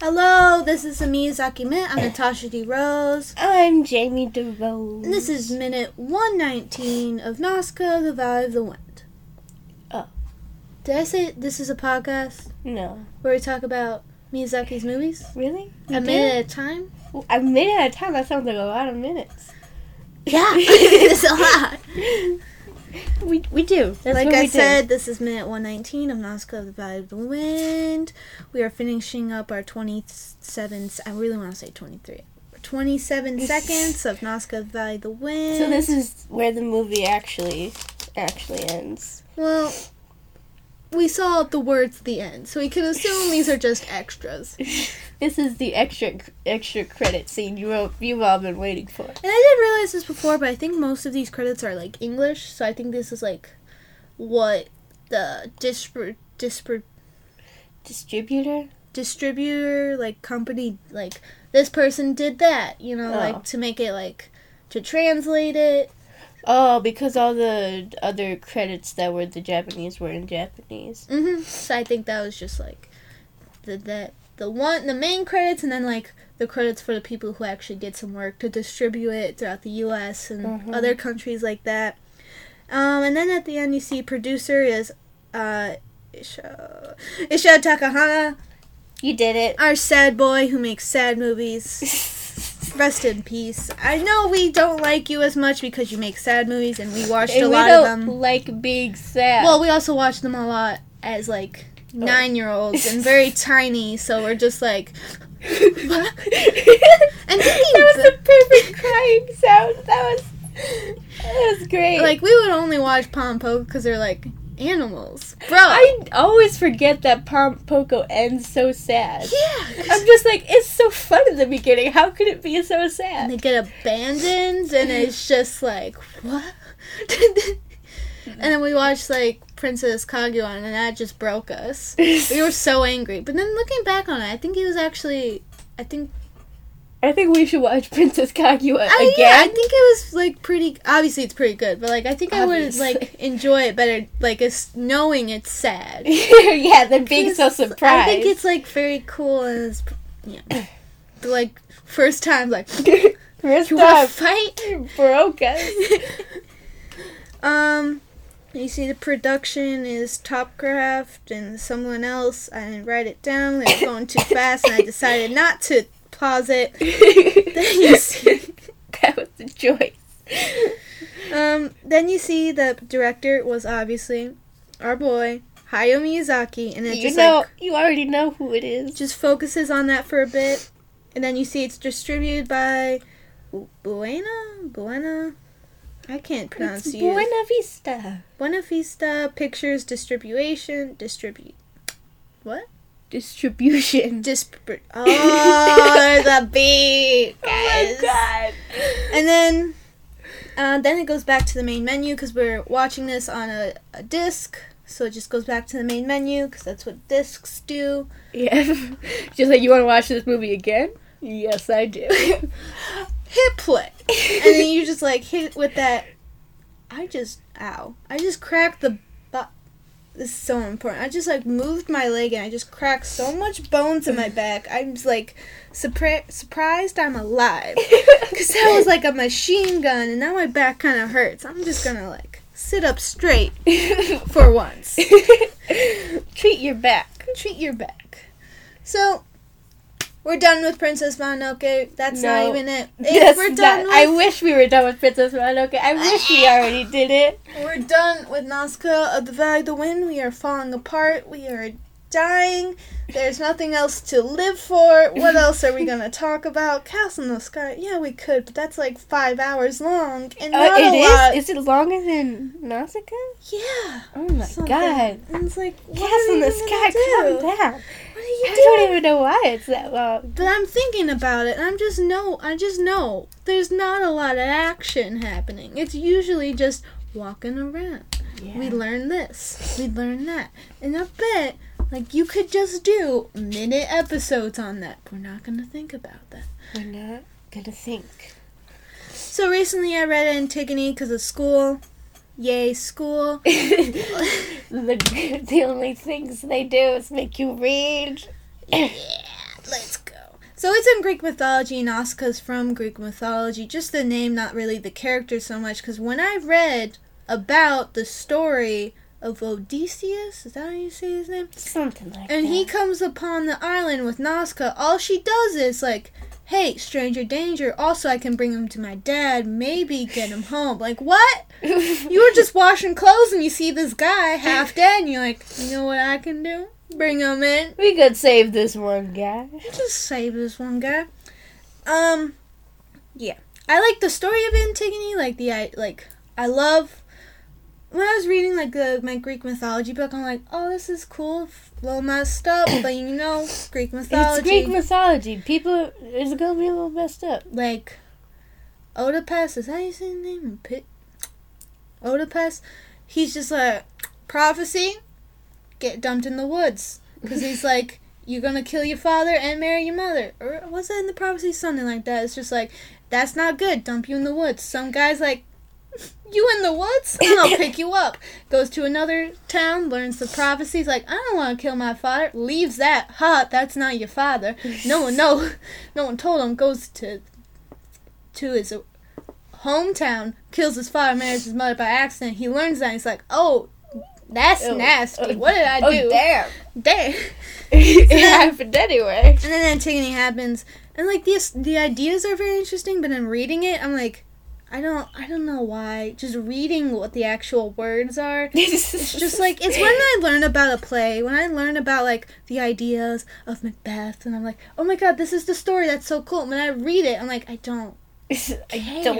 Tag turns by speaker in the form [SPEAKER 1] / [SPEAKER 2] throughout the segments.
[SPEAKER 1] Hello, this is the Miyazaki Minute. I'm Natasha D. Rose.
[SPEAKER 2] I'm Jamie DeRose.
[SPEAKER 1] And this is minute 119 of Nazca, The Valley of the Wind.
[SPEAKER 2] Oh.
[SPEAKER 1] Did I say this is a podcast
[SPEAKER 2] no
[SPEAKER 1] where we talk about Miyazaki's movies?
[SPEAKER 2] really
[SPEAKER 1] a minute at a time?
[SPEAKER 2] did? a minute at a time. That sounds like a lot of minutes.
[SPEAKER 1] Yeah, it's a lot.
[SPEAKER 2] We we do. That's
[SPEAKER 1] like
[SPEAKER 2] what
[SPEAKER 1] I
[SPEAKER 2] we do.
[SPEAKER 1] said, this is minute 119 of Nazca of the Valley of the Wind. We are finishing up our 27, I really want to say 23, 27 seconds of Nazca of the Valley of the Wind.
[SPEAKER 2] So this is where the movie actually actually ends.
[SPEAKER 1] Well, we saw the words at the end, so we can assume these are just extras. And
[SPEAKER 2] This is the extra extra credit scene you wrote, you've all been waiting for.
[SPEAKER 1] I didn't realize this before, but I think most of these credits are like English, so I think this is like what the dispar- dispar-
[SPEAKER 2] Distributor.
[SPEAKER 1] distributor, like company, like this person did that, you know,
[SPEAKER 2] Oh.
[SPEAKER 1] like to make it like to translate it.
[SPEAKER 2] Oh, because all the other credits that were the Japanese were in Japanese.
[SPEAKER 1] hmm So I think that was just like the that the one the main credits and then like the credits for the people who actually did some work to distribute it throughout the U.S. and
[SPEAKER 2] Mhm.
[SPEAKER 1] other countries like that. Um, and then at the end, you see producer is uh, Isha Isha Takahana,
[SPEAKER 2] You did it.
[SPEAKER 1] our sad boy who makes sad movies. Rest in peace. I know we don't like you as much because you make sad movies, and we watched
[SPEAKER 2] And
[SPEAKER 1] a
[SPEAKER 2] we
[SPEAKER 1] lot
[SPEAKER 2] don't
[SPEAKER 1] of them.
[SPEAKER 2] like being sad.
[SPEAKER 1] Well, we also watch them a lot as like
[SPEAKER 2] Oh.
[SPEAKER 1] nine year olds and very tiny, so we're just like.
[SPEAKER 2] and that was the perfect crying sound. That was that was great.
[SPEAKER 1] Like, we would only watch Pom Poke because they're like animals. Bro!
[SPEAKER 2] I always forget that Pom Poco ends so sad.
[SPEAKER 1] yeah! 'cause
[SPEAKER 2] I'm just like, it's so fun in the beginning. How could it be so
[SPEAKER 1] they
[SPEAKER 2] sad?
[SPEAKER 1] get abandoned, and it's just like, what? and then we watched like Princess Kaguya, and that just broke us. We were so angry. But then looking back on it, I think he was actually. I think
[SPEAKER 2] I think we should watch Princess Kaguya
[SPEAKER 1] I,
[SPEAKER 2] again.
[SPEAKER 1] Uh, Yeah, I think it was like pretty. Obviously, it's pretty good, but like I think I would like
[SPEAKER 2] Obviously.
[SPEAKER 1] enjoy it better, like it's knowing it's sad.
[SPEAKER 2] yeah, then being so
[SPEAKER 1] Because
[SPEAKER 2] surprised.
[SPEAKER 1] I think it's like very cool and it's yeah, The, like first time like
[SPEAKER 2] First
[SPEAKER 1] you want
[SPEAKER 2] time,
[SPEAKER 1] to fight.
[SPEAKER 2] you broke us.
[SPEAKER 1] um, you see the production is Topcraft and someone else. I didn't write it down. They were going too fast, and I decided not to pause it. Then you see.
[SPEAKER 2] that was the choice.
[SPEAKER 1] Um, then you see the director was obviously our boy Hayao Miyazaki, and it
[SPEAKER 2] You
[SPEAKER 1] just
[SPEAKER 2] know,
[SPEAKER 1] like
[SPEAKER 2] you already know who it is.
[SPEAKER 1] just focuses on that for a bit, and then you see it's distributed by Bu- Buena Buena. I can't pronounce
[SPEAKER 2] It's
[SPEAKER 1] you.
[SPEAKER 2] Buena Vista.
[SPEAKER 1] Buena Vista Pictures Distribution distribute.
[SPEAKER 2] Distribution.
[SPEAKER 1] Dispr- oh, the beat,
[SPEAKER 2] Oh
[SPEAKER 1] guys.
[SPEAKER 2] god.
[SPEAKER 1] And then, uh, then it goes back to the main menu because we're watching this on a, a disc. So it just goes back to the main menu because that's what discs do.
[SPEAKER 2] Yeah. Just like you want to watch this movie again? Yes, I do.
[SPEAKER 1] Hit play, and then you just like hit with that. I just ow! I just cracked the. bu- This is so important. I just like moved my leg and I just cracked so much bones in my back. I'm just, like surpri- surprised I'm alive. Because that was like a machine gun, and now my back kind of hurts. I'm just gonna like sit up straight for once.
[SPEAKER 2] Treat your back.
[SPEAKER 1] Treat your back. So, we're done with Princess Mononoke. That's
[SPEAKER 2] No.
[SPEAKER 1] not even it. If
[SPEAKER 2] Yes,
[SPEAKER 1] we're done
[SPEAKER 2] I
[SPEAKER 1] with,
[SPEAKER 2] wish we were done with Princess Mononoke. I wish we already did it.
[SPEAKER 1] we're done with Nazca of the Valley of the Wind. We are falling apart. We are dying. There's nothing else to live for. What else are we gonna talk about? Castle in the Sky. Yeah, we could, but that's like five hours long and
[SPEAKER 2] Uh,
[SPEAKER 1] not
[SPEAKER 2] it
[SPEAKER 1] a lot.
[SPEAKER 2] is. Is it longer than Nausicaa?
[SPEAKER 1] yeah.
[SPEAKER 2] Oh my
[SPEAKER 1] something.
[SPEAKER 2] god.
[SPEAKER 1] And it's like, what
[SPEAKER 2] Cats
[SPEAKER 1] are
[SPEAKER 2] in
[SPEAKER 1] you
[SPEAKER 2] the
[SPEAKER 1] gonna
[SPEAKER 2] sky,
[SPEAKER 1] do?
[SPEAKER 2] calm down.
[SPEAKER 1] What are you
[SPEAKER 2] I
[SPEAKER 1] doing?
[SPEAKER 2] don't even know why it's that long.
[SPEAKER 1] But I'm thinking about it, and I'm just no, I just know there's not a lot of action happening. It's usually just walking around. We learn this, we learn that, and I bet like you could just do minute episodes on that. We're not gonna think about that.
[SPEAKER 2] We're not gonna think.
[SPEAKER 1] So recently, I read Antigone because of school. Yay, school!
[SPEAKER 2] the, the only things they do is make you read.
[SPEAKER 1] yeah, let's So it's in Greek mythology. Nausicaa's from Greek mythology. Just the name, not really the character so much. Because when I read about the story of Odysseus, is that how you say his name?
[SPEAKER 2] Something like that.
[SPEAKER 1] And he comes upon the island with Nazca. All she does is like, "Hey, stranger danger. Also, I can bring him to my dad. Maybe get him home." Like, what? You were just washing clothes and you see this guy half dead, and you're like, "You know what I can do? Bring him in.
[SPEAKER 2] We could save this one guy.
[SPEAKER 1] Just save this one guy." Um, yeah, I like the story of Antigone. Like the I like I love when I was reading like the my Greek mythology book, I'm like, oh, this is cool, a little messed up, but you know, Greek mythology.
[SPEAKER 2] It's Greek mythology. People it's gonna be a little messed up.
[SPEAKER 1] like, Oedipus is that how you say his name? Pit. Oedipus, he's just like prophecy, get dumped in the woods because he's like. You're gonna kill your father and marry your mother, or was it in the prophecy something like that? It's just like that's not good. Dump you in the woods. Some guys like you in the woods? And I'll pick you up. Goes to another town, learns the prophecies, like, I don't want to kill my father. Leaves that. Ha, that's not your father. No one no no one told him. Goes to to his hometown, kills his father, marries his mother by accident. He learns that and he's like, Oh, that's
[SPEAKER 2] Oh,
[SPEAKER 1] nasty.
[SPEAKER 2] oh,
[SPEAKER 1] what did I
[SPEAKER 2] oh,
[SPEAKER 1] do?
[SPEAKER 2] damn.
[SPEAKER 1] Damn.
[SPEAKER 2] it happened anyway.
[SPEAKER 1] And then Antigone happens, and like the the ideas are very interesting, but in reading it, I'm like, I don't I don't know why. Just reading what the actual words are,
[SPEAKER 2] it's
[SPEAKER 1] it's just like it's when I learn about a play, when I learn about like the ideas of Macbeth, and I'm like, oh my god, this is the story. That's so cool. And when I read it, I'm like, I don't.
[SPEAKER 2] I don't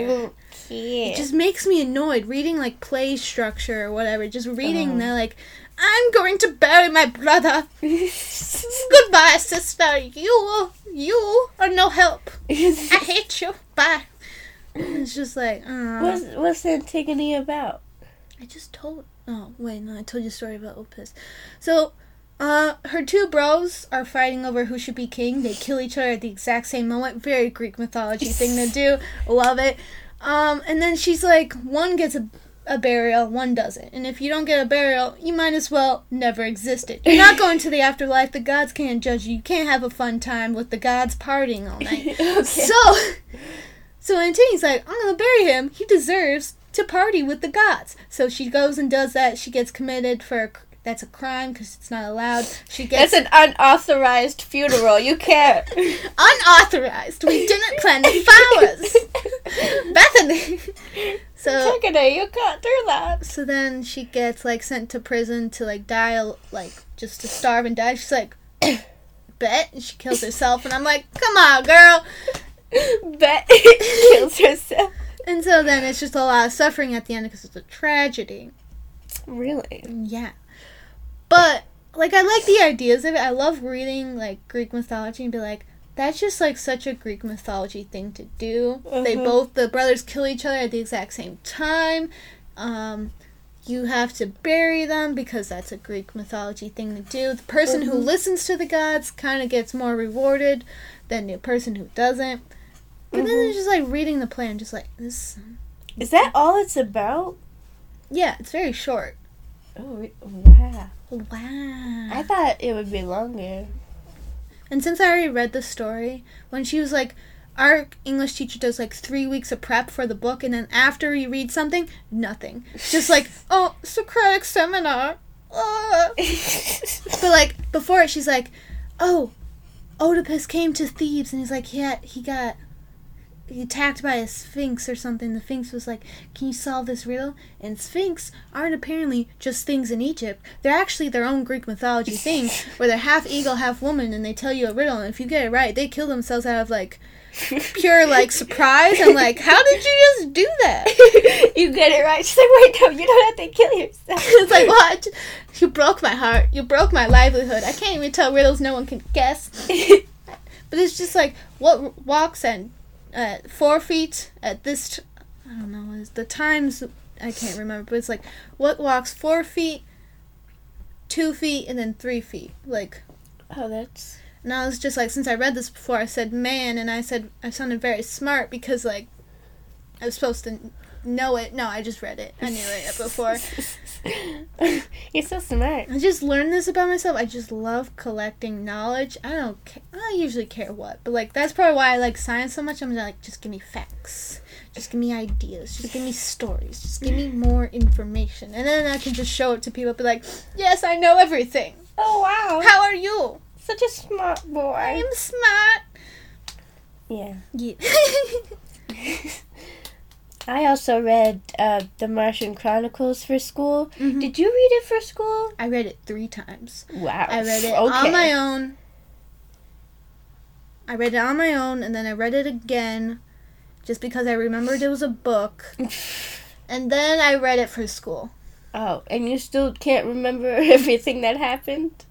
[SPEAKER 2] care.
[SPEAKER 1] It just makes me annoyed reading like play structure or whatever. Just reading
[SPEAKER 2] Oh.
[SPEAKER 1] they're like, I'm going to bury my brother. Goodbye, sister. You you are no help. I hate you. Bye. It's just like,
[SPEAKER 2] what's
[SPEAKER 1] uh,
[SPEAKER 2] what's Antigone about?
[SPEAKER 1] I just told. Oh wait, no, I told you a story about Opus. So, uh, her two bros are fighting over who should be king. They kill each other at the exact same moment. Very Greek mythology thing to do. Love it. Um, and then she's like, one gets a a burial, one doesn't. And if you don't get a burial, you might as well never existed. You're not going to the afterlife. The gods can't judge you. You can't have a fun time with the gods partying all night.
[SPEAKER 2] okay.
[SPEAKER 1] So, so Antigone's like, I'm gonna bury him. He deserves to party with the gods. So she goes and does that. She gets committed for a, cr- that's a crime because it's not allowed. She
[SPEAKER 2] That's
[SPEAKER 1] gets
[SPEAKER 2] an unauthorized funeral. You can't.
[SPEAKER 1] unauthorized. We didn't plant the flowers, Bethany. So
[SPEAKER 2] Antigone, you can't do that.
[SPEAKER 1] so then she gets like sent to prison to like die a- like just to starve and die. She's like. Bet and she kills herself, and I'm like, "Come on, girl!"
[SPEAKER 2] Bet it kills herself.
[SPEAKER 1] And so then it's just a lot of suffering at the end because it's a tragedy.
[SPEAKER 2] Really?
[SPEAKER 1] Yeah. But like I like the ideas of it. I love reading like Greek mythology and be like that's just like such a Greek mythology thing to do. They
[SPEAKER 2] Mhm.
[SPEAKER 1] both the brothers kill each other at the exact same time. Um you have to bury them because that's a Greek mythology thing to do. The person who
[SPEAKER 2] Mhm.
[SPEAKER 1] listens to the gods kind of gets more rewarded than the person who doesn't. But then
[SPEAKER 2] Mhm.
[SPEAKER 1] it's just like reading the play and just like this.
[SPEAKER 2] Is that all it's about?
[SPEAKER 1] Yeah, it's very short.
[SPEAKER 2] Oh re- wow!
[SPEAKER 1] Wow.
[SPEAKER 2] I thought it would be longer.
[SPEAKER 1] And since I already read the story, when she was like, our English teacher does like three weeks of prep for the book, and then after you read something, nothing. Just like, oh, Socratic seminar. Uh. But like before, it, she's like, oh, Oedipus came to Thebes, and he's like, yeah, he got he attacked by a sphinx or something. The sphinx was like, can you solve this riddle? And sphinx aren't apparently just things in Egypt. They're actually their own Greek mythology thing, where they're half eagle, half woman, and they tell you a riddle, and if you get it right, they kill themselves out of like pure like surprise. I'm like, how did you just do that?
[SPEAKER 2] you get it right. She's like, wait, no, you don't have to kill yourself.
[SPEAKER 1] it's like, what? You broke my heart. You broke my livelihood. I can't even tell riddles no one can guess. But it's just like what walks at uh, four feet at this. T- I don't know. what Is the times I can't remember, but it's like what walks four feet, two feet, and then three feet. Like
[SPEAKER 2] oh, that's
[SPEAKER 1] and I was just like, since I read this before, I said man, and I said I sounded very smart because like I was supposed to know it. No, I just read it. I knew it before.
[SPEAKER 2] You're so smart.
[SPEAKER 1] I just learned this about myself. I just love collecting knowledge. I don't care. I don't usually care what, but like that's probably why I like science so much. I'm just like, just give me facts, just give me ideas, just give me stories, just give me more information, and then I can just show it to people. Be like, yes, I know everything.
[SPEAKER 2] Oh wow,
[SPEAKER 1] How are you?
[SPEAKER 2] such a smart boy.
[SPEAKER 1] I'm smart.
[SPEAKER 2] Yeah.
[SPEAKER 1] Yeah.
[SPEAKER 2] I also read uh, The Martian Chronicles for school. Did you read it for school?
[SPEAKER 1] I read it three times.
[SPEAKER 2] Wow.
[SPEAKER 1] I read it
[SPEAKER 2] okay.
[SPEAKER 1] on my own. I read it on my own, and then I read it again, just because I remembered it was a book. And then I read it for school.
[SPEAKER 2] Oh, and you still can't remember everything that happened?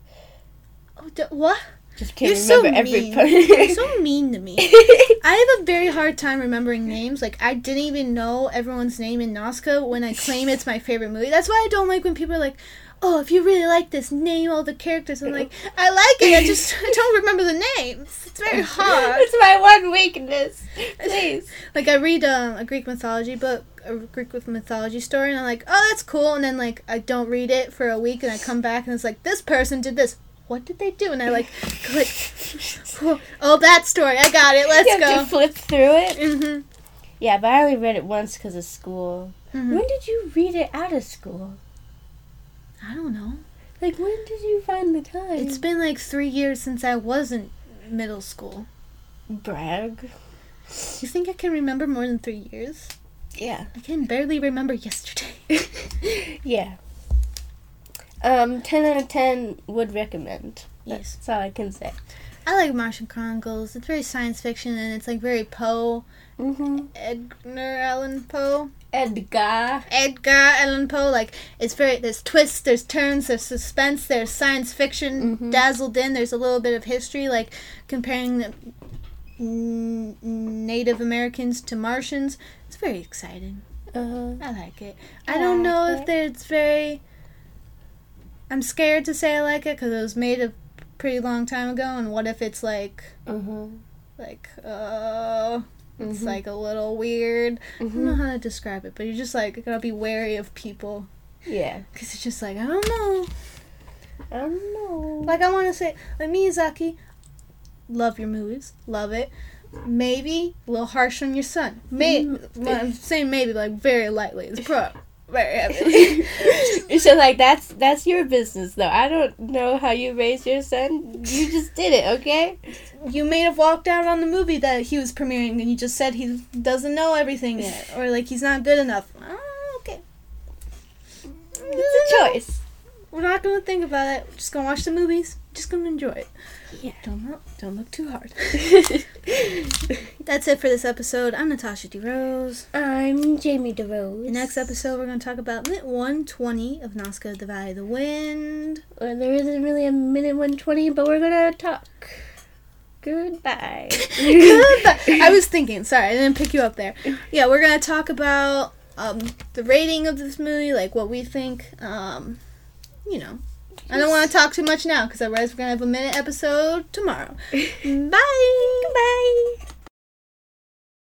[SPEAKER 1] Oh, d- what?
[SPEAKER 2] Just can't
[SPEAKER 1] You're so
[SPEAKER 2] remember every
[SPEAKER 1] mean.
[SPEAKER 2] part.
[SPEAKER 1] You're so mean to me. I have a very hard time remembering names. Like I didn't even know everyone's name in Nazca when I claim it's my favorite movie. That's why I don't like when people are like, "Oh, if you really like this, name all the characters." I'm like, I like it. I just I don't remember the names. It's very hard.
[SPEAKER 2] It's my one weakness. Please.
[SPEAKER 1] like I read um, a Greek mythology book, a Greek with mythology story, and I'm like, oh, that's cool. And then like I don't read it for a week, and I come back and it's like this person did this. What did they do? And I like, go like, oh, that story. I got it. Let's
[SPEAKER 2] you have to
[SPEAKER 1] go.
[SPEAKER 2] flip through it.
[SPEAKER 1] Mhm.
[SPEAKER 2] Yeah, but I only read it once because of school.
[SPEAKER 1] Mhm.
[SPEAKER 2] When did you read it out of school?
[SPEAKER 1] I don't know.
[SPEAKER 2] Like, when did you find the time?
[SPEAKER 1] It's been like three years since I wasn't middle school.
[SPEAKER 2] brag.
[SPEAKER 1] You think I can remember more than three years?
[SPEAKER 2] Yeah.
[SPEAKER 1] I can barely remember yesterday.
[SPEAKER 2] Yeah. Um, 10 out of 10 would recommend.
[SPEAKER 1] Yes.
[SPEAKER 2] That's all I can say.
[SPEAKER 1] I like Martian Chronicles. It's very science fiction and it's like very Poe,
[SPEAKER 2] Mm-hmm.
[SPEAKER 1] Edgar Allan Poe.
[SPEAKER 2] Edgar.
[SPEAKER 1] Edgar Allan Poe. Like it's very there's twists, there's turns, there's suspense, there's science fiction
[SPEAKER 2] Mhm.
[SPEAKER 1] dazzled in. There's a little bit of history, like comparing the n- Native Americans to Martians. It's very exciting.
[SPEAKER 2] Uh,
[SPEAKER 1] I like it.
[SPEAKER 2] I
[SPEAKER 1] I don't
[SPEAKER 2] like
[SPEAKER 1] know
[SPEAKER 2] it.
[SPEAKER 1] if it's very. I'm scared to say I like it because it was made a pretty long time ago, and what if it's like
[SPEAKER 2] uh-huh.
[SPEAKER 1] like uh it's
[SPEAKER 2] Mhm.
[SPEAKER 1] like a little weird. I don't
[SPEAKER 2] Mhm.
[SPEAKER 1] know how to describe it, but you're just like gotta be wary of people
[SPEAKER 2] Yeah.
[SPEAKER 1] because it's just like, I don't know.
[SPEAKER 2] I don't know.
[SPEAKER 1] Like, I want to say, like, Miyazaki, love your movies, love it. Maybe a little harsh on your son. Maybe,
[SPEAKER 2] Mm.
[SPEAKER 1] I'm saying maybe, like, very lightly. It's pro, very heavily.
[SPEAKER 2] so like that's that's your business though. I don't know how you raised your son. You just did it, okay?
[SPEAKER 1] you may have walked out on the movie that he was premiering and you just said he doesn't know everything yet, or, like, he's not good enough. Oh, okay.
[SPEAKER 2] It's a choice.
[SPEAKER 1] We're not gonna think about it. We're just gonna watch the movies. Just gonna enjoy it.
[SPEAKER 2] Yeah.
[SPEAKER 1] Don't look, don't look too hard. That's it for this episode. I'm Natasha D Rose.
[SPEAKER 2] I'm Jamie DeRose.
[SPEAKER 1] The next episode, we're going to talk about minute 120 of Nazca, The Valley of the Wind.
[SPEAKER 2] Well, there isn't really a minute 120, but we're gonna talk. Goodbye.
[SPEAKER 1] I was thinking, sorry, I didn't pick you up there. Yeah, we're going to talk about um, the rating of this movie, like what we think. Um, you know, I don't want to talk too much now because otherwise, we're going to have a minute episode tomorrow. Bye. Bye.